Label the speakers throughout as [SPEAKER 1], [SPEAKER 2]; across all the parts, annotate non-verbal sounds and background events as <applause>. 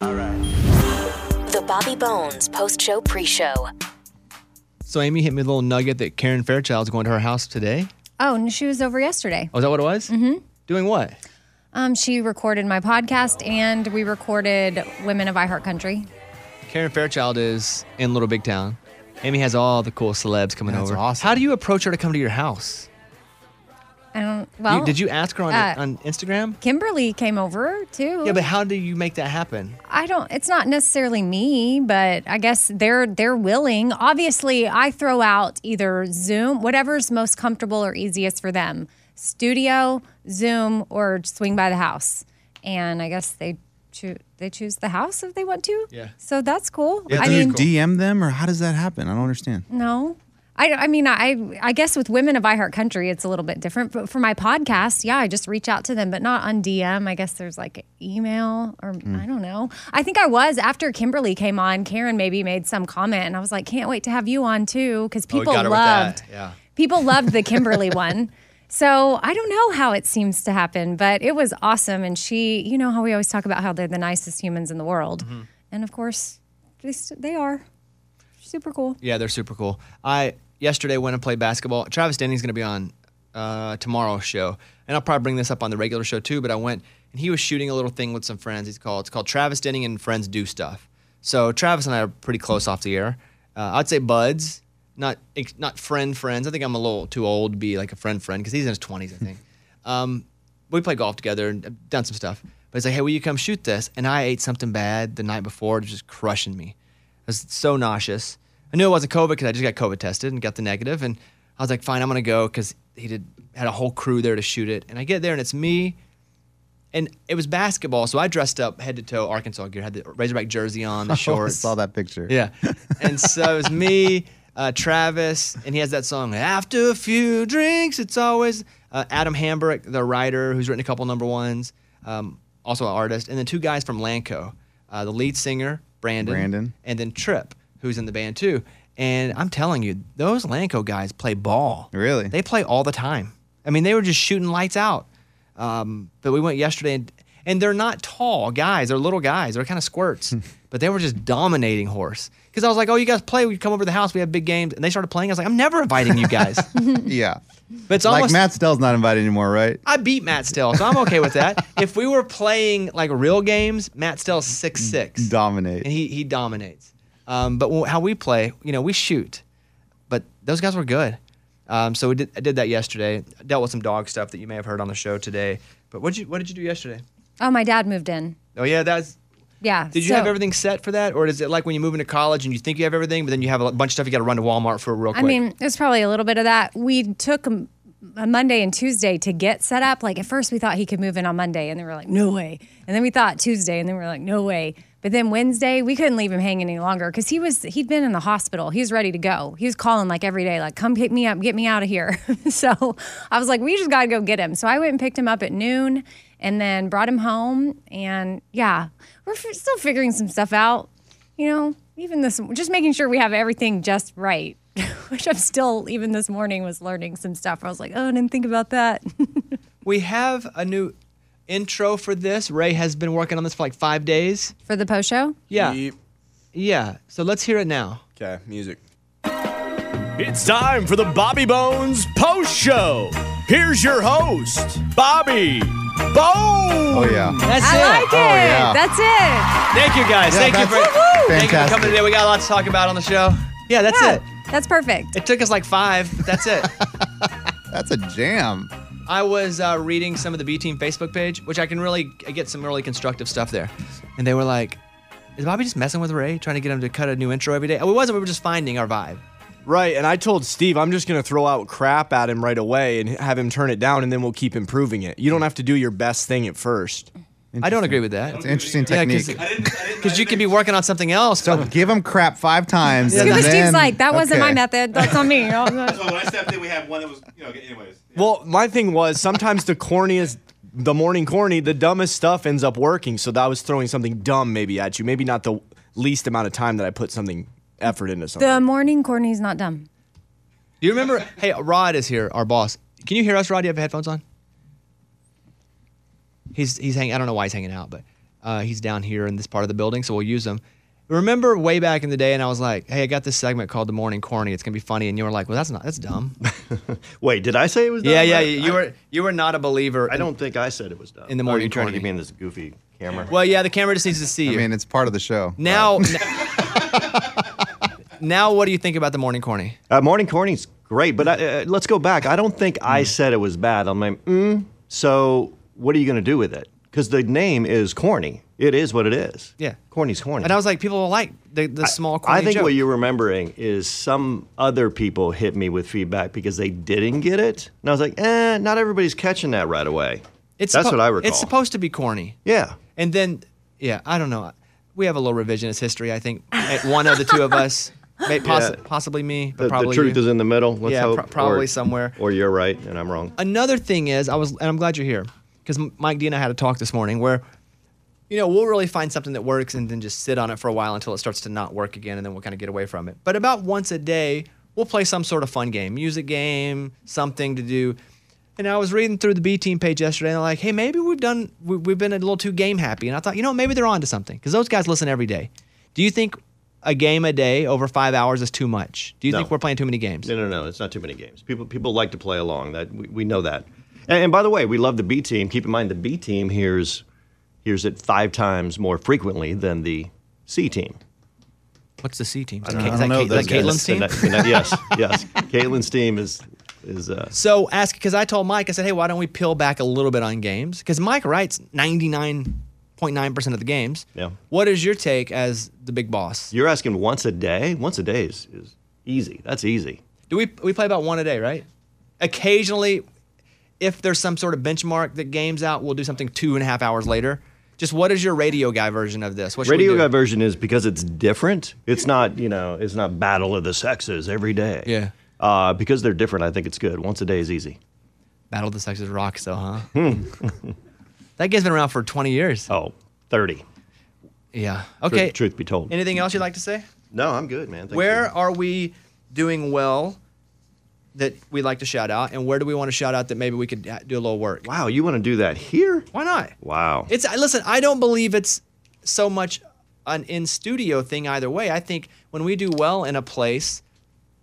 [SPEAKER 1] All right.
[SPEAKER 2] The Bobby Bones post show pre show.
[SPEAKER 3] So Amy hit me with a little nugget that Karen Fairchild's going to her house today.
[SPEAKER 4] Oh, and she was over yesterday.
[SPEAKER 3] Oh, is that what it was? Mm-hmm. Doing what?
[SPEAKER 4] Um, she recorded my podcast and we recorded Women of I Heart Country.
[SPEAKER 3] Karen Fairchild is in Little Big Town. Amy has all the cool celebs coming
[SPEAKER 1] That's
[SPEAKER 3] over.
[SPEAKER 1] awesome.
[SPEAKER 3] How do you approach her to come to your house?
[SPEAKER 4] I don't,
[SPEAKER 3] You-
[SPEAKER 4] well,
[SPEAKER 3] did you ask her on,
[SPEAKER 4] uh,
[SPEAKER 3] on Instagram?
[SPEAKER 4] Kimberly came over too.
[SPEAKER 3] Yeah, but how do you make that happen?
[SPEAKER 4] I don't. It's not necessarily me, but I guess they're they're willing. Obviously, I throw out either Zoom, whatever's most comfortable or easiest for them. Studio, Zoom, or swing by the house. And I guess they choose they choose the house if they want to.
[SPEAKER 3] Yeah.
[SPEAKER 4] So that's cool. I
[SPEAKER 1] do
[SPEAKER 4] mean,
[SPEAKER 1] you
[SPEAKER 5] DM them or how does that happen? I don't understand.
[SPEAKER 4] no. I, I mean, I I guess with women of I Heart Country, it's a little bit different. But for my podcast, yeah, I just reach out to them, but not on DM. I guess there's like email or
[SPEAKER 3] Hmm.
[SPEAKER 4] I don't know. I think I was after Kimberly came on, Karen maybe made some comment, and I was like, can't wait to have you on too, because
[SPEAKER 3] Oh, we
[SPEAKER 4] people
[SPEAKER 3] got her with
[SPEAKER 4] loved
[SPEAKER 3] that. Yeah.
[SPEAKER 4] people
[SPEAKER 3] <laughs>
[SPEAKER 4] loved the Kimberly one. So I don't know how it seems to happen, but it was awesome. And she, you know how we always talk about how they're the nicest humans in the world,
[SPEAKER 3] Mm-hmm.
[SPEAKER 4] and of course, they, st- they are super cool.
[SPEAKER 3] Yeah, they're super cool. I yesterday went and played basketball. Travis Denny's going to be on uh, tomorrow's show, and I'll probably bring this up on the regular show too. But I went and he was shooting a little thing with some friends. He's called it's called Travis Denny and Friends Do Stuff. So Travis and I are pretty close off the air. Uh, I'd say buds, not ex- not friend friends. I think I'm a little too old to be like a friend friend because he's in his 20s, I think. um, we play golf together and I've done some stuff. But he's like, hey, will you come shoot this? And I ate something bad the night before. It was just crushing me. I was so nauseous. I knew it wasn't COVID because I just got COVID tested and got the negative. And I was like, fine, I'm gonna go because he did had a whole crew there to shoot it. And I get there and it's me, and it was basketball, so I dressed up head to toe Arkansas gear, had the Razorback jersey
[SPEAKER 5] <laughs>
[SPEAKER 3] on, the
[SPEAKER 5] Sure. Oh, I
[SPEAKER 3] shorts.
[SPEAKER 5] saw that picture.
[SPEAKER 3] Yeah. And so it was
[SPEAKER 5] <laughs>
[SPEAKER 3] me, uh, Travis, and he has that song, After a Few Drinks, it's always uh, Adam Hambrick, the writer who's written a couple number ones, um, also an artist, and then two guys from Lanco, uh, the lead singer, Brandon,
[SPEAKER 5] Brandon.
[SPEAKER 3] and then Trip, who's in the band too. And I'm telling you, those Lanco guys play ball.
[SPEAKER 5] Really?
[SPEAKER 3] They play all the time. I mean, they were just shooting lights out. Um, but we went yesterday, and, and they're not tall guys. They're little guys. They're kind of
[SPEAKER 5] <laughs>
[SPEAKER 3] squirts. but they were just dominating horse. Because I was like, oh, you guys play. We come over to the house. We have big games. And they started playing. I was like, I'm never inviting you
[SPEAKER 5] <laughs>
[SPEAKER 3] guys. but
[SPEAKER 5] <laughs> Yeah.
[SPEAKER 3] it's
[SPEAKER 5] like
[SPEAKER 3] almost.
[SPEAKER 5] Matt Stell's not invited anymore, right?
[SPEAKER 3] I beat Matt Stell, so I'm okay with
[SPEAKER 5] <laughs>
[SPEAKER 3] that. if we were playing like real games, Matt Stell's six six
[SPEAKER 5] Dominate.
[SPEAKER 3] and he he dominates. Um, but wh- how we play, you know, we shoot. But those guys were good. Um, so we did, I did that yesterday. Dealt with some dog stuff that you may have heard on the show today. But what you what did you do yesterday?
[SPEAKER 4] Oh, my dad moved in.
[SPEAKER 3] Oh yeah, that's.
[SPEAKER 4] Yeah.
[SPEAKER 3] Did you
[SPEAKER 4] so-
[SPEAKER 3] have everything set for that, or is it like when you move into college and you think you have everything, but then you have a bunch of stuff you got to run to Walmart for real
[SPEAKER 4] I
[SPEAKER 3] quick?
[SPEAKER 4] mean, it was probably a little bit of that. We took m- a Monday and Tuesday to get set up. Like at first, we thought he could move in on Monday, and then we were like, no way. And then we thought Tuesday, and then we were like, no way. But then Wednesday, we couldn't leave him hanging any longer because he was he'd been in the hospital. He was ready to go. He was calling like every day, like, come pick me up, get me out of here. <laughs> so I was like, we just gotta go get him. So I went and picked him up at noon, and then brought him home. And yeah, we're f- still figuring some stuff out you know, even this, just making sure we have everything just right, <laughs> which I'm still, even this morning, was learning some stuff. I was like, oh, I didn't think about that. <laughs>
[SPEAKER 3] we have a new intro for this. Ray has been working on this for like five days.
[SPEAKER 4] For the post show?
[SPEAKER 3] Yeah,
[SPEAKER 6] Yeep.
[SPEAKER 3] yeah. So let's hear it now.
[SPEAKER 6] Okay, music. It's time for the Bobby Bones post show. Here's your host, Bobby Bones.
[SPEAKER 5] Oh, yeah.
[SPEAKER 3] That's
[SPEAKER 4] I
[SPEAKER 3] it.
[SPEAKER 4] like it.
[SPEAKER 5] yeah.
[SPEAKER 4] That's it.
[SPEAKER 3] Thank you guys.
[SPEAKER 5] Yeah,
[SPEAKER 3] Thank you
[SPEAKER 5] that's-
[SPEAKER 3] for
[SPEAKER 5] Woo-hoo!
[SPEAKER 3] thank you for coming
[SPEAKER 5] Fantastic.
[SPEAKER 3] today. We got a lot to talk about on the show. Yeah, that's
[SPEAKER 4] Yeah,
[SPEAKER 3] it.
[SPEAKER 4] That's perfect.
[SPEAKER 3] It took us like five, but that's <laughs> it.
[SPEAKER 5] That's a jam.
[SPEAKER 3] I was uh, reading some of the B Team Facebook page, which I can really I get some really constructive stuff there. And they were like, "Is Bobby just messing with Ray, trying to get him to cut a new intro every day?" Oh, it wasn't. We were just finding our vibe.
[SPEAKER 6] Right, and I told Steve I'm just going to throw out crap at him right away and have him turn it down, and then we'll keep improving it. You don't have to do your best thing at first.
[SPEAKER 3] I don't agree with that.
[SPEAKER 5] It's an interesting
[SPEAKER 3] Yeah,
[SPEAKER 5] technique.
[SPEAKER 3] <laughs> because you could be working on something else.
[SPEAKER 5] So give them crap five times. and
[SPEAKER 4] Scuba
[SPEAKER 5] then,
[SPEAKER 4] Steve's like, that wasn't my
[SPEAKER 5] okay.
[SPEAKER 4] method. That's
[SPEAKER 3] <laughs>
[SPEAKER 4] on me. I
[SPEAKER 7] So when I stepped in, we had one that was, you know, anyways.
[SPEAKER 6] Well, my thing was sometimes the corniest, the morning corny, the dumbest stuff ends up working. So that I was throwing something dumb maybe at you. Maybe not the least amount of time that I put something effort into something.
[SPEAKER 4] the morning Courtney's not dumb.
[SPEAKER 3] Do you remember? <laughs> Hey, Rod is here, our boss. Can you hear us, Rod? Do you have headphones on? He's he's hanging. I don't know why he's hanging out, but Uh, he's down here in this part of the building, so we'll use him. Remember way back in the day, and I was like, "Hey, I got this segment called The Morning Corny. It's gonna be funny," and you were like, "Well, that's not that's
[SPEAKER 1] <laughs>
[SPEAKER 3] dumb."
[SPEAKER 1] Wait, did I say it was done?
[SPEAKER 3] yeah, yeah,
[SPEAKER 1] I-
[SPEAKER 3] you
[SPEAKER 1] I-
[SPEAKER 3] were you were not a believer.
[SPEAKER 1] I don't think I said it was done.
[SPEAKER 3] In the morning
[SPEAKER 1] Oh, you're trying to
[SPEAKER 3] corny.
[SPEAKER 1] get me in this goofy camera.
[SPEAKER 3] Well, yeah, the camera just needs to see
[SPEAKER 5] I
[SPEAKER 3] you.
[SPEAKER 5] mean, it's part of the show.
[SPEAKER 3] now, now, what do you think about The Morning Corny?
[SPEAKER 1] Uh, morning corny's great, but I, uh, let's go back. I don't think
[SPEAKER 3] Hmm.
[SPEAKER 1] I said it was bad. I'm like, mm, so what are you going to do with it? Because the name is corny. It is what it is.
[SPEAKER 3] Yeah.
[SPEAKER 1] corny's corny.
[SPEAKER 3] And I was like, people will like the, the small corny
[SPEAKER 1] I think
[SPEAKER 3] joke.
[SPEAKER 1] what you're remembering is some other people hit me with feedback because they didn't get it, and I was like, eh, not everybody's catching that right away. that's
[SPEAKER 3] suppo-
[SPEAKER 1] what I recall.
[SPEAKER 3] It's supposed to be corny.
[SPEAKER 1] yeah.
[SPEAKER 3] And then, yeah, I don't know. We have a little revisionist history, I think. Eh, One of the two of us, may, poss-
[SPEAKER 1] <laughs> Yeah.
[SPEAKER 3] possibly me, but
[SPEAKER 1] The, the
[SPEAKER 3] probably
[SPEAKER 1] truth
[SPEAKER 3] you.
[SPEAKER 1] is in the middle. Let's
[SPEAKER 3] Yeah,
[SPEAKER 1] hope,
[SPEAKER 3] pro- probably
[SPEAKER 1] or-
[SPEAKER 3] somewhere.
[SPEAKER 1] Or you're right and I'm wrong.
[SPEAKER 3] Another thing is, I was, and I'm glad you're here, because Mike D and I had a talk this morning where, you know, we'll really find something that works and then just sit on it for a while until it starts to not work again, and then we'll kind of get away from it. But about once a day, we'll play some sort of fun game, music game, something to do. And I was reading through the B team page yesterday, and they're like, "Hey, maybe we've done, we, we've been a little too game happy." And I thought, you know, maybe they're onto something because those guys listen every day. Do you think a game a day over five hours is too much? Do you
[SPEAKER 1] No.
[SPEAKER 3] think we're playing too many games?
[SPEAKER 1] No, no, no. It's not too many games. People people like to play along. That we, we know that. And, and by the way, we love the B team. Keep in mind the B team hears hears it five times more frequently than the C team.
[SPEAKER 3] What's the C team? Is
[SPEAKER 5] I
[SPEAKER 3] that,
[SPEAKER 5] don't know
[SPEAKER 3] Kate- is that
[SPEAKER 5] those guys.
[SPEAKER 3] Caitlin's team?
[SPEAKER 1] The ne- the
[SPEAKER 3] <laughs>
[SPEAKER 1] ne- yes, yes. Caitlin's team is is uh,
[SPEAKER 3] So ask because I told Mike, I said, hey, why don't we peel back a little bit on games? Because Mike writes 99.9% of the games.
[SPEAKER 1] Yeah.
[SPEAKER 3] What is your take as the big boss?
[SPEAKER 1] you're asking once a day. Once a day is, is easy. That's easy.
[SPEAKER 3] Do we we play about one a day, right? Occasionally, if there's some sort of benchmark that games out, we'll do something two and a half hours later. Just what is your radio guy version of this? What should we
[SPEAKER 1] Radio
[SPEAKER 3] do?
[SPEAKER 1] guy version is because it's different. It's not you know it's not battle of the sexes every day.
[SPEAKER 3] Yeah.
[SPEAKER 1] Uh, because they're different, I think it's good. Once a day is easy.
[SPEAKER 3] Battle of the Sexes rocks, though, huh? <laughs> that game's been around for 20 years.
[SPEAKER 1] Hmm. Oh, 30.
[SPEAKER 3] Yeah.
[SPEAKER 1] Truth-
[SPEAKER 3] Okay.
[SPEAKER 1] Truth, be told.
[SPEAKER 3] Anything else you'd like to say?
[SPEAKER 1] No, I'm good, man. Thank
[SPEAKER 3] where
[SPEAKER 1] you.
[SPEAKER 3] are we doing well that we like to shout out, and where do we want to shout out that maybe we could uh, do a little work?
[SPEAKER 1] Wow, you want to do that here?
[SPEAKER 3] Why not?
[SPEAKER 1] Wow.
[SPEAKER 3] It's I- listen. I don't believe it's so much an in studio thing either way. I think when we do well in a place,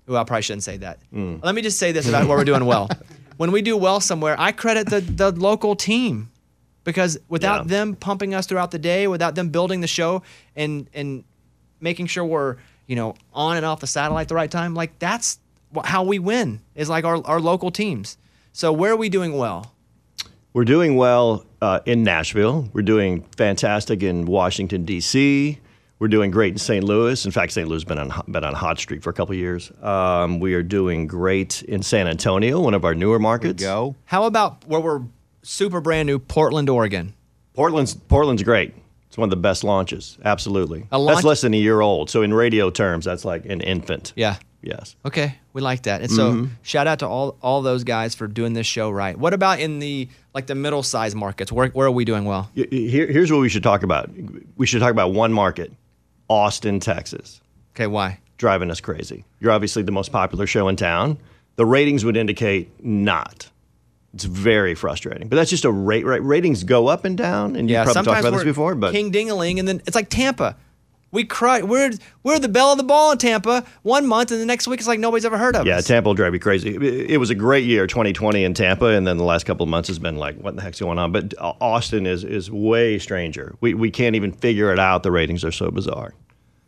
[SPEAKER 3] well, I probably shouldn't say that. Let me just say this about where we're doing well. When we do well somewhere, I credit the the local team because without
[SPEAKER 1] Yeah.
[SPEAKER 3] them pumping us throughout the day, without them building the show and and making sure we're you know on and off the satellite the right time, like that's wh- how we win is like our our local teams. So where are we doing well?
[SPEAKER 1] We're doing well uh, in Nashville. We're doing fantastic in Washington D.C. We're doing great in St. Louis. In fact, St. Louis has been on ho- been on hot streak for a couple of years. Um, we are doing great in San Antonio, one of our newer markets.
[SPEAKER 5] Go.
[SPEAKER 3] How about where we're super brand new, Portland, Oregon?
[SPEAKER 1] Portland's Portland's great. It's one of the best launches. Absolutely.
[SPEAKER 3] A launch-
[SPEAKER 1] that's less than a year old. So in radio terms, that's like an infant.
[SPEAKER 3] Yeah.
[SPEAKER 1] Yes.
[SPEAKER 3] Okay, we like that. And so
[SPEAKER 1] Mm-hmm.
[SPEAKER 3] shout out to all all those guys for doing this show right. What about in the like the middle size markets? Where where are we doing well?
[SPEAKER 1] Y- y- Here, here's what we should talk about. We should talk about one market, Austin, Texas.
[SPEAKER 3] Okay, why?
[SPEAKER 1] driving us crazy. You're obviously the most popular show in town. The ratings would indicate not. It's very frustrating. But that's just a rate. Right? Ratings go up and down, and you
[SPEAKER 3] Yeah,
[SPEAKER 1] probably talked
[SPEAKER 3] sometimes
[SPEAKER 1] about
[SPEAKER 3] we're
[SPEAKER 1] this before. But
[SPEAKER 3] King Dingaling, and then it's like Tampa. We cry. We're we're the bell of the ball in Tampa one month, and the next week it's like nobody's ever heard of
[SPEAKER 1] yeah,
[SPEAKER 3] us.
[SPEAKER 1] Tampa will drive you crazy. It, it was a great year, 2020 in Tampa, and then the last couple of months has been like, what the heck's going on? But uh, Austin is is way stranger. We we can't even figure it out. The ratings are so bizarre.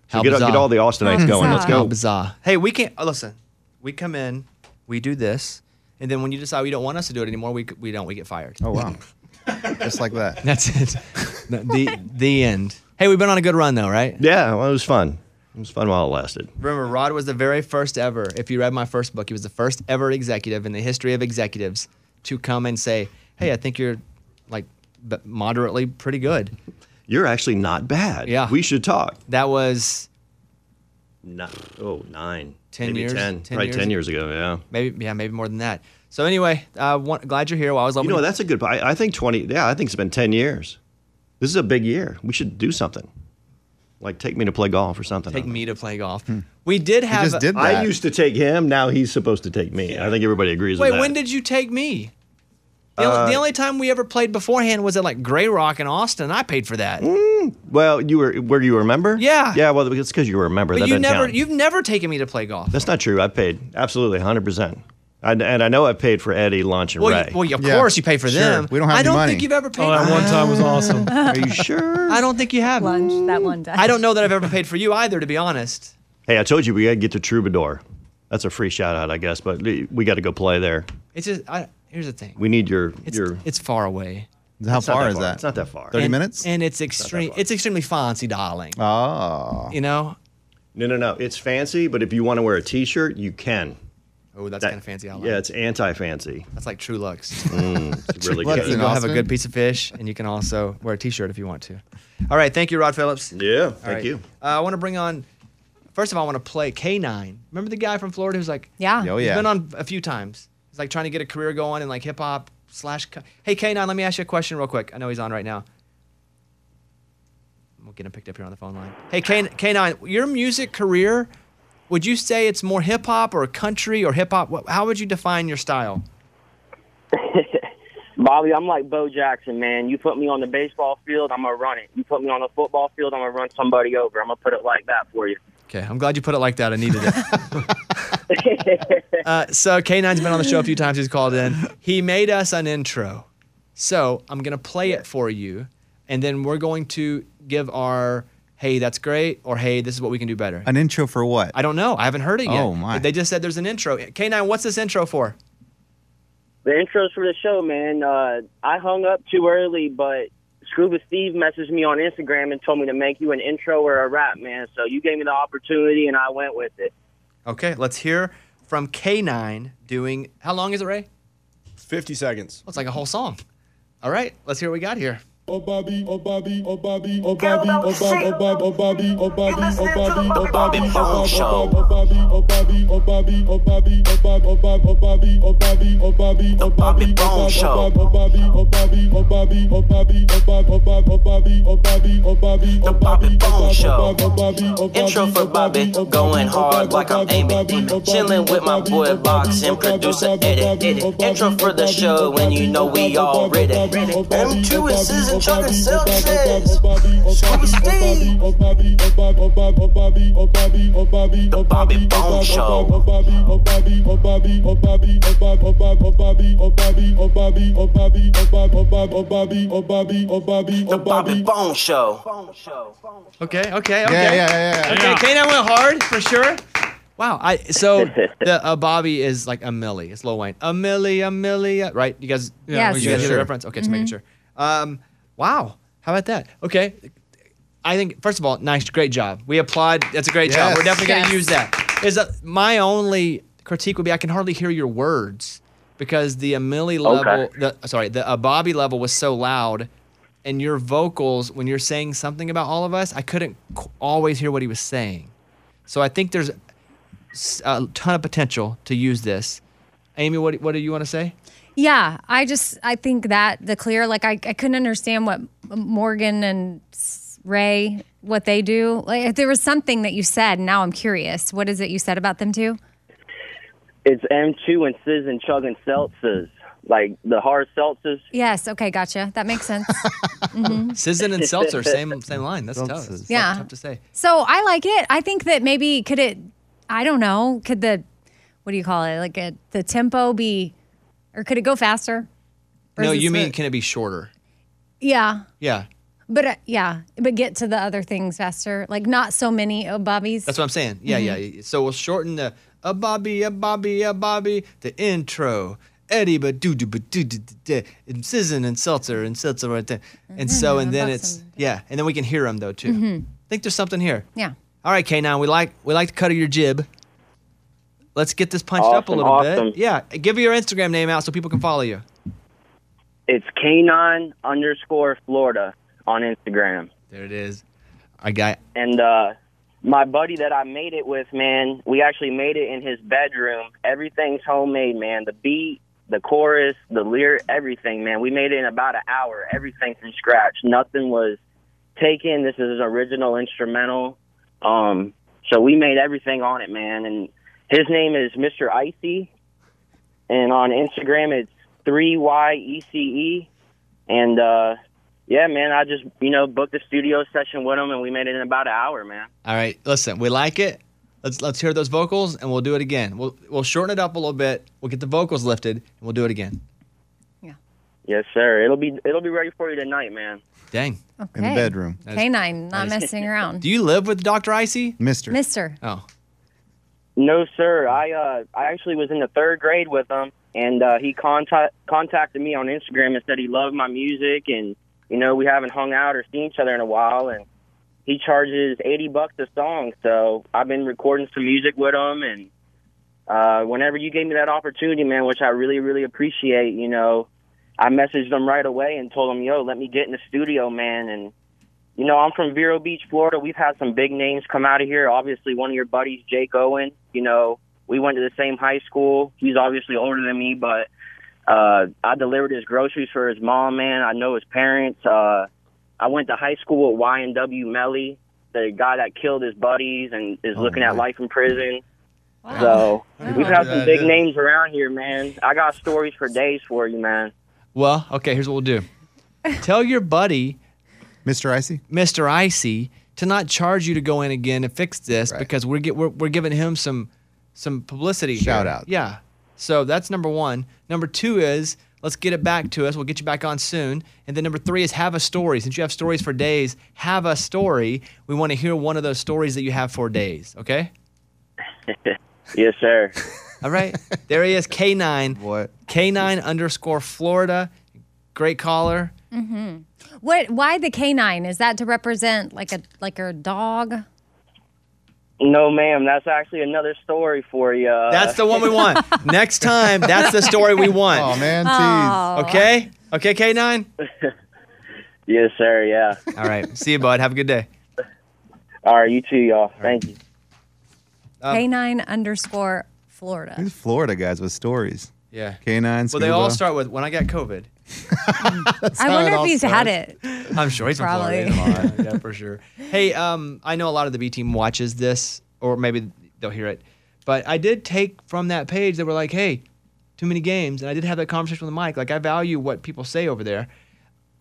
[SPEAKER 1] So
[SPEAKER 3] How
[SPEAKER 1] get,
[SPEAKER 3] bizarre.
[SPEAKER 1] get all the Austinites
[SPEAKER 4] How
[SPEAKER 1] going. Let's
[SPEAKER 3] How
[SPEAKER 1] go.
[SPEAKER 3] bizarre. Hey, we can't oh, listen. We come in, we do this, and then when you decide you don't want us to do it anymore, we we don't. We get fired.
[SPEAKER 5] Oh wow. Just like that.
[SPEAKER 3] That's it. <laughs> the the- the end. Hey, we've been on a good run though, right?
[SPEAKER 1] Yeah, well, it was fun. It was fun while it lasted.
[SPEAKER 3] Remember, Rod was the very first ever. If you read my first book, he was the first ever executive in the history of executives to come and say, "Hey, I think you're like b- moderately pretty good."
[SPEAKER 1] You're actually not bad.
[SPEAKER 3] Yeah.
[SPEAKER 1] we should talk.
[SPEAKER 3] That was
[SPEAKER 1] Nine, oh, nine.
[SPEAKER 3] 10
[SPEAKER 1] Maybe
[SPEAKER 3] years?
[SPEAKER 1] 10.
[SPEAKER 3] 10
[SPEAKER 1] right,
[SPEAKER 3] years?
[SPEAKER 1] 10 years ago, yeah.
[SPEAKER 3] maybe yeah, maybe more than that. So anyway, uh, want, glad you're here. Well, I was
[SPEAKER 1] You know, that's a good, I, I think 20, yeah, I think it's been 10 years. This is a big year. We should do something. Like take me to play golf or something.
[SPEAKER 3] take me to play golf. We Hmm. did have.
[SPEAKER 5] just did
[SPEAKER 1] I
[SPEAKER 5] that.
[SPEAKER 1] used to take him. Now he's supposed to take me. I think everybody agrees
[SPEAKER 3] Wait,
[SPEAKER 1] with that.
[SPEAKER 3] when did you take me? The, only, the only time we ever played beforehand was at like Gray Rock in Austin. I paid for that.
[SPEAKER 1] Well, you were where you were a member?
[SPEAKER 3] Yeah.
[SPEAKER 1] Yeah, well, it's because you were a member.
[SPEAKER 3] but
[SPEAKER 1] that
[SPEAKER 3] you
[SPEAKER 1] doesn't
[SPEAKER 3] never,
[SPEAKER 1] count.
[SPEAKER 3] you've never taken me to play golf.
[SPEAKER 1] That's not true. I paid absolutely 100%. I, and I know I paid for Eddie, Launch, and
[SPEAKER 3] well,
[SPEAKER 1] Ray.
[SPEAKER 3] you, well, of
[SPEAKER 5] Yeah.
[SPEAKER 3] course you pay for
[SPEAKER 5] Sure.
[SPEAKER 3] them.
[SPEAKER 5] We don't have
[SPEAKER 3] I
[SPEAKER 5] any
[SPEAKER 3] don't
[SPEAKER 5] money.
[SPEAKER 3] think you've ever paid.
[SPEAKER 8] Oh, that one time was awesome.
[SPEAKER 1] Are you sure?
[SPEAKER 3] I don't think you have.
[SPEAKER 4] lunch that one time.
[SPEAKER 3] I don't know that I've ever paid for you either, to be honest.
[SPEAKER 1] Hey, I told you we got to get to Troubadour. That's a free shout out, I guess, but we got to go play there.
[SPEAKER 3] It's just I, here's the thing.
[SPEAKER 1] We need your
[SPEAKER 3] It's
[SPEAKER 1] your.
[SPEAKER 3] it's far away.
[SPEAKER 5] How
[SPEAKER 1] not
[SPEAKER 5] far is that?
[SPEAKER 1] It's not that far.
[SPEAKER 5] 30
[SPEAKER 3] And-
[SPEAKER 5] minutes?
[SPEAKER 3] and it's extreme. It's extremely fancy, darling.
[SPEAKER 5] Oh.
[SPEAKER 3] you know.
[SPEAKER 1] No, no, no. It's fancy, but if you want to wear a T-shirt, you can.
[SPEAKER 3] Oh, that's
[SPEAKER 1] That-
[SPEAKER 3] kind of fancy. I like.
[SPEAKER 1] Yeah, it's anti-fancy.
[SPEAKER 3] that's like True
[SPEAKER 5] <laughs>
[SPEAKER 3] Lux.
[SPEAKER 1] It's really
[SPEAKER 5] Lux
[SPEAKER 1] good.
[SPEAKER 5] in
[SPEAKER 3] You'll have a
[SPEAKER 5] Austin?
[SPEAKER 3] good piece of fish, and you can also wear a T-shirt if you want to. All right, thank you, Rod Phillips.
[SPEAKER 1] Yeah, thank
[SPEAKER 3] All right.
[SPEAKER 1] you.
[SPEAKER 3] Uh, I want to bring on. First of all, I want to play K9. Remember the guy from Florida who's like,
[SPEAKER 4] Yeah.
[SPEAKER 5] Yo,
[SPEAKER 4] Yo,
[SPEAKER 5] yeah.
[SPEAKER 3] He's been on a few times. He's like trying to get a career going in like hip hop slash. Co- hey, K9, let me ask you a question real quick. I know he's on right now. We'll get him picked up here on the phone line. Hey, K- K9, your music career, would you say it's more hip hop or country or hip hop? What- How would you define your style?
[SPEAKER 9] Bobby, I'm like Bo Jackson, man. You put me on the baseball field, I'm gonna run it. You put me on the football field, I'm gonna run somebody over. I'm gonna put it like that for you. <laughs>
[SPEAKER 3] Okay, I'm glad you put it like that. I needed it. uh, so K9's been on the show a few times. He's called in. He made us an intro. So I'm gonna play it for you, and then we're going to give our hey, that's great, or hey, this is what we can do better.
[SPEAKER 5] An intro for what?
[SPEAKER 3] I don't know. I haven't heard it yet.
[SPEAKER 5] Oh, my.
[SPEAKER 3] They just said there's an intro. K9, what's this intro for?
[SPEAKER 9] The intros for the show, man. Uh, I hung up too early, but Scuba Steve messaged me on Instagram and told me to make you an intro or a rap, man. So you gave me the opportunity, and I went with it.
[SPEAKER 3] Okay, let's hear from K9 doing. How long is it, Ray? Well,
[SPEAKER 6] 50 seconds.
[SPEAKER 3] it's like a whole song. All right, let's hear what we got here.
[SPEAKER 10] Oh Bobby, oh Bobby, oh Bobby, oh Bobby, oh Bobby, oh Bob, oh Bobby, oh Bobby, oh Bobby, oh Bobby, oh Bob, oh Bobby, oh Bobby, oh Bobby, oh Bobby, oh Bob, oh Bob, oh Bobby, oh Bobby, oh Bobby, oh Bobby, oh Bob, oh Bobby, oh Bobby, oh Bobby, oh Bobby, oh Bob, oh Bob, oh Bobby, oh Bobby, oh Bobby, oh Bobby, oh Bob, oh Bobby, oh Bobby,
[SPEAKER 11] Intro for Bobby, going hard like I'm aiming. Chilling with my boy Box and producer Edit. Edit. Intro for the show when you know we all ready. M2 is Susan Chugging Celtics. Scuba Steve. The Bobby Bone Show.
[SPEAKER 10] The
[SPEAKER 11] The Bobby Bone Show.
[SPEAKER 3] Okay, okay, okay.
[SPEAKER 5] Yeah, yeah, yeah, yeah.
[SPEAKER 8] Yeah.
[SPEAKER 3] Okay, K9 went hard for sure. Wow. I so the uh, Bobby is like a millie. It's Lil Wayne. A millie, a millie. uh, Right? You guys.
[SPEAKER 4] Yes.
[SPEAKER 3] You guys get
[SPEAKER 4] Sure.
[SPEAKER 3] the reference? Okay, just making sure. Um, wow. How about that? Okay. I think first of all, nice, great job. We applaud. That's a great job.
[SPEAKER 5] Yes.
[SPEAKER 3] We're definitely
[SPEAKER 4] Yes.
[SPEAKER 3] gonna use that. Is that my only critique would be I can hardly hear your words because the Amelie level, the sorry, the uh, Bobby level was so loud, and your vocals when you're saying something about all of us, I couldn't qu- always hear what he was saying. So I think there's s- a ton of potential to use this. Amy, what what do you want to say?
[SPEAKER 4] Yeah, I just I think that the clear like I, I couldn't understand what Morgan and S- Ray what they do. Like if there was something that you said, now I'm curious. What is it you said about them too?
[SPEAKER 9] It's M2 and Sis and chugging seltzers, like the hard seltzers.
[SPEAKER 4] Yes, okay, gotcha. That
[SPEAKER 3] <laughs>
[SPEAKER 4] makes sense.
[SPEAKER 3] Sizzin and seltzer, same same line. That's tough. It's, like,
[SPEAKER 4] Yeah.
[SPEAKER 3] tough to say.
[SPEAKER 4] so I like it. I think that maybe could it I don't know, could the what do you call it? Like a, the tempo be or could it go faster? Or
[SPEAKER 3] No,
[SPEAKER 4] is it
[SPEAKER 3] you mean
[SPEAKER 4] smooth?
[SPEAKER 3] can it be shorter?
[SPEAKER 4] Yeah.
[SPEAKER 3] Yeah.
[SPEAKER 4] But uh, yeah, but get to the other things faster. Like not so many oh, Bobbies.
[SPEAKER 3] That's what I'm saying. Yeah, yeah. So we'll shorten the a Bobby, a Bobby, a Bobby, the intro. Eddie, but doo doo, but doo doo doo, doo, and Sizzin and Seltzer and Seltzer right there. And so, and then it's, yeah, and then we can hear them though too. I think there's something here.
[SPEAKER 4] yeah.
[SPEAKER 3] All right, K9, we like we like the cut of your jib. Let's get this punched up a
[SPEAKER 9] Awesome,
[SPEAKER 3] little
[SPEAKER 9] awesome.
[SPEAKER 3] bit. Yeah, give your Instagram name out so people can follow you.
[SPEAKER 9] It's K9 underscore Florida on Instagram.
[SPEAKER 3] There it is. I got
[SPEAKER 9] and uh my buddy that I made it with, man, we actually made it in his bedroom. Everything's homemade, man. The beat, the chorus, the lyric, everything, man. We made it in about an hour. Everything from scratch. Nothing was taken. This is his original instrumental. Um, so we made everything on it, man. And his name is Mr. Icy, and on Instagram it's three Y E C E, and uh, yeah, man, I just you know booked a studio session with him, and we made it in about an hour, man.
[SPEAKER 3] All right, listen, we like it. Let's let's hear those vocals, and we'll do it again. We'll we'll shorten it up a little bit. We'll get the vocals lifted, and we'll do it again.
[SPEAKER 9] Yes, sir. It'll be it'll be ready for you tonight, man.
[SPEAKER 3] Dang.
[SPEAKER 4] Okay. Canine, not
[SPEAKER 9] that is-
[SPEAKER 4] messing around.
[SPEAKER 3] Do you live with Doctor Icy?
[SPEAKER 5] Mister.
[SPEAKER 4] Mister.
[SPEAKER 3] Oh.
[SPEAKER 9] No, sir. I uh, I actually was in the third grade with him, and uh, he contact contacted me on Instagram and said he loved my music, and you know we haven't hung out or seen each other in a while, and he charges eighty bucks a song. So I've been recording some music with him, and uh, whenever you gave me that opportunity, man, which I really really appreciate, you know, I messaged him right away and told him, yo, let me get in the studio, man, and you know, I'm from Vero Beach, Florida. We've had some big names come out of here. Obviously, one of your buddies, Jake Owen, you know, we went to the same high school. He's obviously older than me, but uh, I delivered his groceries for his mom, man. I know his parents. Uh, I went to high school with Y&W Melly, the guy that killed his buddies and is looking at life in prison.
[SPEAKER 4] Oh,
[SPEAKER 9] So we've had some big names around here, man. I got stories for days for you, man.
[SPEAKER 3] Well, okay. Here's what we'll do. Tell your buddy,
[SPEAKER 5] Mister Icy,
[SPEAKER 3] Mister Icy, to not charge you to go in again and fix this because we're get we're, we're giving him some some publicity. here.
[SPEAKER 5] Shout out.
[SPEAKER 3] Yeah. So that's number one. Number two is let's get it back to us. We'll get you back on soon. And then number three is have a story. Since you have stories for days, have a story. We want to hear one of those stories that you have for days. Okay.
[SPEAKER 9] yes, sir.
[SPEAKER 3] All
[SPEAKER 5] <laughs>
[SPEAKER 3] right. There he is, K9.
[SPEAKER 5] What?
[SPEAKER 3] K9 underscore Florida. Great caller.
[SPEAKER 4] hmm What? Why the canine? Is that to represent like a like a dog?
[SPEAKER 9] No, ma'am. That's actually another story for you.
[SPEAKER 3] That's the one we
[SPEAKER 5] <laughs>
[SPEAKER 3] want. Next time, that's the story we want. Oh,
[SPEAKER 5] man.
[SPEAKER 4] tease.
[SPEAKER 3] Okay? Okay, K9?
[SPEAKER 9] yes, sir. Yeah.
[SPEAKER 3] All right. See you, bud. Have a good day.
[SPEAKER 9] All right. You too, y'all. Thank you.
[SPEAKER 4] canine underscore Florida.
[SPEAKER 5] these Florida guys with stories.
[SPEAKER 3] Yeah.
[SPEAKER 5] Canines.
[SPEAKER 3] Well, they all start with when I got COVID.
[SPEAKER 4] I
[SPEAKER 3] how
[SPEAKER 4] wonder
[SPEAKER 3] it
[SPEAKER 4] if
[SPEAKER 3] all
[SPEAKER 4] he's had
[SPEAKER 3] starts. <laughs>
[SPEAKER 4] it.
[SPEAKER 3] I'm sure he's from
[SPEAKER 4] Probably.
[SPEAKER 3] Florida. He's from Florida. yeah, for sure. Hey, um, I know a lot of the B team watches this, or maybe they'll hear it. But I did take from that page that were like, "Hey, too many games," and I did have that conversation with Mike. Like, I value what people say over there.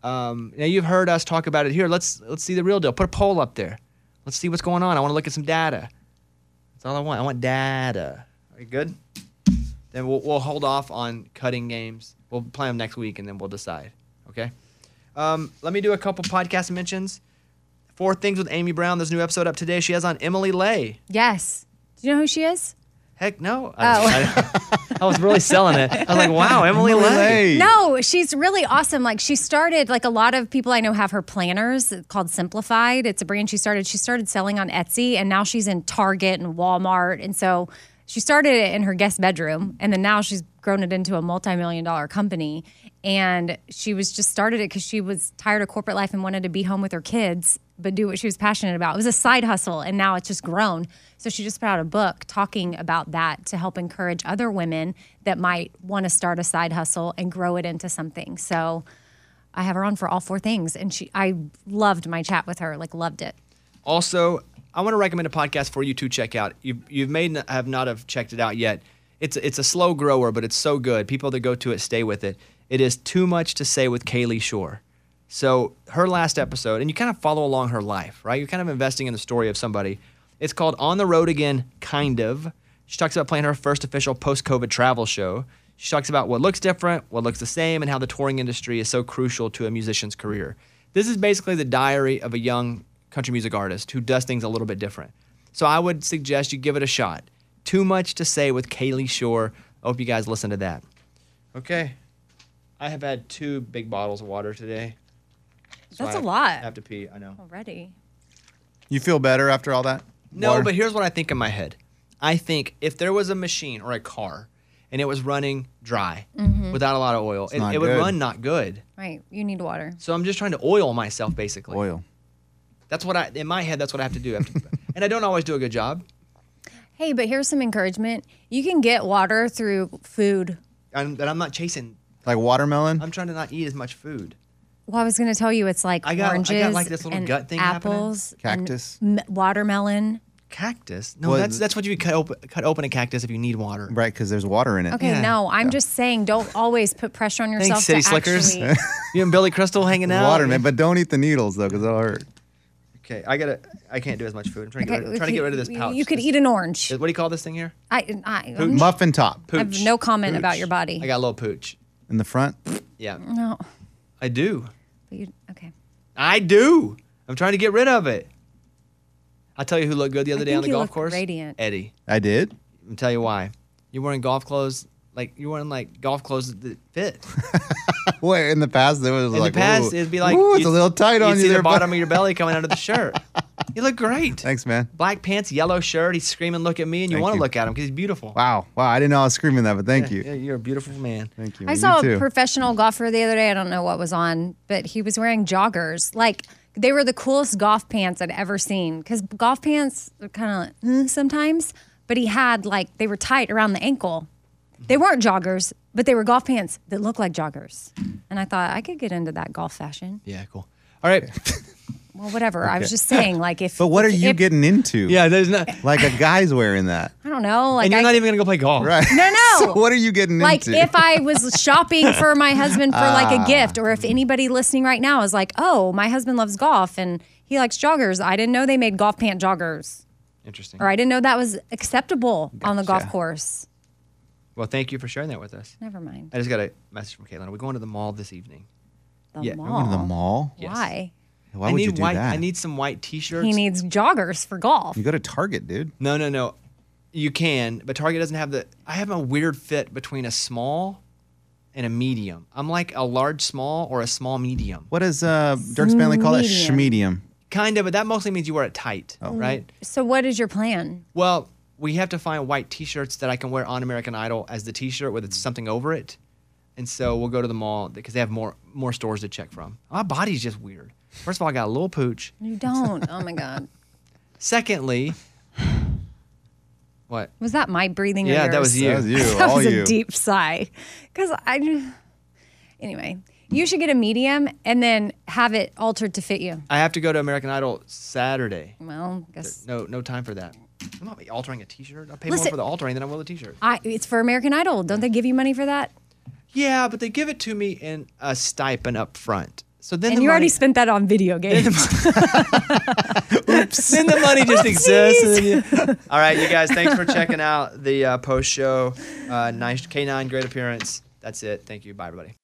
[SPEAKER 3] Um, now you've heard us talk about it here. Let's let's see the real deal. Put a poll up there. Let's see what's going on. I want to look at some data. That's all I want. I want data. Are you good? Then we'll, we'll hold off on cutting games. We'll play them next week, and then we'll decide. Okay. Um, let me do a couple podcast mentions. Four Things with Amy Brown. There's a new episode up today. She has on Emily Lay.
[SPEAKER 4] Yes. Do you know who she is?
[SPEAKER 3] Heck no.
[SPEAKER 4] Oh.
[SPEAKER 3] I <laughs> was really selling it. I was like, wow, Emily, Lay.
[SPEAKER 4] No, she's really awesome. Like she started, like a lot of people I know have her planners called Simplified. It's a brand she started. She started selling on Etsy and now she's in Target and Walmart. And so she started it in her guest bedroom and then now she's grown it into a multi-million dollar company. And she was just started it because she was tired of corporate life and wanted to be home with her kids, but do what she was passionate about. It was a side hustle and now it's just grown. So she just put out a book talking about that to help encourage other women that might want to start a side hustle and grow it into something. So I have her on for all four things and she I loved my chat with her, like loved it.
[SPEAKER 3] Also, I want to recommend a podcast for you to check out. You you may not, have not have checked it out yet. It's it's a slow grower, but it's so good. People that go to it stay with it. It is too much to say with Kaylee Shore. So her last episode, and you kind of follow along her life, right? You're kind of investing in the story of somebody. It's called On the Road Again, kind of. She talks about playing her first official post-COVID travel show. She talks about what looks different, what looks the same, and how the touring industry is so crucial to a musician's career. This is basically the diary of a young country music artist who does things a little bit different. So I would suggest you give it a shot. Too much to say with Kaylee Shore. I hope you guys listen to that. Okay. I have had two big bottles of water today. So
[SPEAKER 4] That's
[SPEAKER 3] I
[SPEAKER 4] a lot.
[SPEAKER 3] I have to pee, I know.
[SPEAKER 4] Already.
[SPEAKER 5] You feel better after all that?
[SPEAKER 3] No,
[SPEAKER 5] Water?
[SPEAKER 3] but here's what I think in my head. I think if there was a machine or a car and it was running dry
[SPEAKER 4] Mhm.
[SPEAKER 3] without a lot of oil, it,
[SPEAKER 5] not
[SPEAKER 3] it would
[SPEAKER 5] good.
[SPEAKER 3] run not good.
[SPEAKER 4] Right. You need water.
[SPEAKER 3] So I'm just trying to oil myself basically.
[SPEAKER 5] Oil.
[SPEAKER 3] That's what I in my head that's what I have to do. I <laughs> have to- and I don't always do a good job.
[SPEAKER 4] Hey, but here's some encouragement. You can get water through food.
[SPEAKER 3] I'm, and I'm not chasing
[SPEAKER 5] like watermelon.
[SPEAKER 3] I'm trying to not eat as much food.
[SPEAKER 4] Well, I was going to tell you it's like
[SPEAKER 3] I got- I got,
[SPEAKER 4] oranges
[SPEAKER 3] like, this little
[SPEAKER 4] and
[SPEAKER 3] gut thing happening.
[SPEAKER 4] apples, and
[SPEAKER 5] Cactus.
[SPEAKER 4] m- watermelon,
[SPEAKER 3] Cactus? No,
[SPEAKER 5] Well,
[SPEAKER 3] that's that's what you cut open, cut open a cactus if you need water.
[SPEAKER 5] Right, because there's water in it.
[SPEAKER 4] Okay, no, I'm just saying, don't always put pressure on yourself.
[SPEAKER 3] Thanks, City
[SPEAKER 4] to
[SPEAKER 3] Slickers. <laughs>
[SPEAKER 4] actually-
[SPEAKER 3] you and Billy Crystal hanging out.
[SPEAKER 5] Water, man, but don't eat the needles though, because it'll hurt.
[SPEAKER 3] Okay, I gotta. I can't do as much food. I'm trying to get
[SPEAKER 4] <laughs> Okay,
[SPEAKER 3] rid, trying to
[SPEAKER 4] you-
[SPEAKER 3] get rid of this
[SPEAKER 4] you-
[SPEAKER 3] pouch.
[SPEAKER 4] You could eat an orange.
[SPEAKER 3] What do you call this thing here?
[SPEAKER 4] I, I, I'm-
[SPEAKER 5] Muffin top
[SPEAKER 4] I have no comment about your
[SPEAKER 3] I
[SPEAKER 4] body.
[SPEAKER 3] got a little pooch.
[SPEAKER 5] in the front.
[SPEAKER 3] Yeah,
[SPEAKER 4] No,
[SPEAKER 3] I do.
[SPEAKER 4] but you okay?
[SPEAKER 3] I do. I'm trying to get rid of it. I'll tell you who looked good the other
[SPEAKER 4] I
[SPEAKER 3] day on
[SPEAKER 4] think
[SPEAKER 3] the
[SPEAKER 4] you
[SPEAKER 3] golf
[SPEAKER 4] look
[SPEAKER 3] course.
[SPEAKER 4] radiant.
[SPEAKER 3] Eddie.
[SPEAKER 5] I did.
[SPEAKER 3] I'll tell you why. You're wearing golf clothes. Like you're wearing like golf clothes that fit.
[SPEAKER 5] Wait, in the past there was
[SPEAKER 3] In
[SPEAKER 5] like
[SPEAKER 3] the past,
[SPEAKER 5] ooh,
[SPEAKER 3] it'd be like
[SPEAKER 5] ooh, it's
[SPEAKER 3] you'd-
[SPEAKER 5] a little tight
[SPEAKER 3] you'd
[SPEAKER 5] on you
[SPEAKER 3] see
[SPEAKER 5] there.
[SPEAKER 3] the
[SPEAKER 5] bud.
[SPEAKER 3] bottom of your belly coming
[SPEAKER 5] <laughs>
[SPEAKER 3] out of the shirt. you look great.
[SPEAKER 5] Thanks, man.
[SPEAKER 3] Black pants, yellow shirt. He's screaming, "Look at me!" And you
[SPEAKER 5] Thank
[SPEAKER 3] want to
[SPEAKER 5] you.
[SPEAKER 3] look at him because he's beautiful.
[SPEAKER 5] Wow, wow! I didn't know I was screaming that, but thank you,
[SPEAKER 3] Yeah, you're a beautiful man.
[SPEAKER 5] thank you.
[SPEAKER 4] I
[SPEAKER 5] You
[SPEAKER 4] saw a
[SPEAKER 5] too.
[SPEAKER 4] professional golfer the other day. I don't know what was on, but he was wearing joggers. Like they were the coolest golf pants I'd ever seen. Because golf pants are kind of like, eh, sometimes, but he had like they were tight around the ankle. They weren't joggers, but they were golf pants that looked like joggers. And I thought I could get into that golf fashion.
[SPEAKER 3] Yeah, cool. All
[SPEAKER 5] <laughs>
[SPEAKER 3] right.
[SPEAKER 4] Well, whatever. I was just saying, like if.
[SPEAKER 5] But what are you
[SPEAKER 4] if-
[SPEAKER 5] getting into?
[SPEAKER 6] Yeah, there's not.
[SPEAKER 5] like a guy's
[SPEAKER 4] <laughs>
[SPEAKER 5] wearing that,
[SPEAKER 4] I don't know. Like
[SPEAKER 3] and you're
[SPEAKER 4] I,
[SPEAKER 3] not even gonna go play golf.
[SPEAKER 5] right?
[SPEAKER 4] No, no.
[SPEAKER 5] <laughs> so what are you getting
[SPEAKER 4] like
[SPEAKER 5] into?
[SPEAKER 4] if I was shopping for my husband for like a gift, or if anybody listening right now is like, "Oh, my husband loves golf and he likes joggers," I didn't know they made golf pant joggers,
[SPEAKER 3] Interesting.
[SPEAKER 4] or I didn't know that was acceptable on the golf course.
[SPEAKER 3] Well, thank you for sharing that with us.
[SPEAKER 4] Never mind.
[SPEAKER 3] I just got a message from Caitlin. Are we going to the mall this evening?
[SPEAKER 4] The
[SPEAKER 3] Yeah, I
[SPEAKER 4] mall.
[SPEAKER 5] Going to the mall?
[SPEAKER 3] Yes.
[SPEAKER 4] Why?
[SPEAKER 5] Why
[SPEAKER 3] I
[SPEAKER 5] would
[SPEAKER 3] need
[SPEAKER 5] you do
[SPEAKER 3] white.
[SPEAKER 5] that?
[SPEAKER 3] I need some white T-shirts.
[SPEAKER 4] He needs joggers for golf.
[SPEAKER 5] you go to Target, dude.
[SPEAKER 3] no, no, no. You can, but Target doesn't have the. I have a weird fit between a small and a medium. I'm like a large small or a small medium.
[SPEAKER 5] What does uh, Dirk Spanley call that? Schmedium.
[SPEAKER 3] Kind of, but that mostly means you wear it tight, right?
[SPEAKER 4] So what is your plan?
[SPEAKER 3] Well, we have to find white T-shirts that I can wear on American Idol as the T-shirt with something over it, and so we'll go to the mall because they have more more stores to check from. My body's just weird. First of all, I got a little pooch.
[SPEAKER 4] You don't. oh my god.
[SPEAKER 3] Secondly, <sighs> what?
[SPEAKER 4] Was that my breathing? or
[SPEAKER 3] Yeah, that
[SPEAKER 4] yours? <laughs>
[SPEAKER 3] was you.
[SPEAKER 5] <laughs> That was you.
[SPEAKER 4] that
[SPEAKER 5] all
[SPEAKER 4] was
[SPEAKER 5] you.
[SPEAKER 4] a deep sigh because I. Anyway, you should get a medium and then have it altered to fit you.
[SPEAKER 3] I have to go to American Idol Saturday.
[SPEAKER 4] Well, guess
[SPEAKER 3] No, no time for that. I'm not altering a T-shirt. I'll pay more
[SPEAKER 4] Listen-
[SPEAKER 3] for the altering than I will the T-shirt.
[SPEAKER 4] I. It's for American Idol. Don't they give you money for that?
[SPEAKER 3] Yeah, but they give it to me in a stipend up front. So then
[SPEAKER 4] And
[SPEAKER 3] the
[SPEAKER 4] you already
[SPEAKER 3] money-
[SPEAKER 4] spent that on
[SPEAKER 3] <laughs>
[SPEAKER 4] video games.
[SPEAKER 3] then the money
[SPEAKER 4] <laughs>
[SPEAKER 3] just exists. and then you- All right, you guys, thanks for checking out the uh, post show. Uh, nice K9, great appearance. That's it. Thank you. Bye, everybody.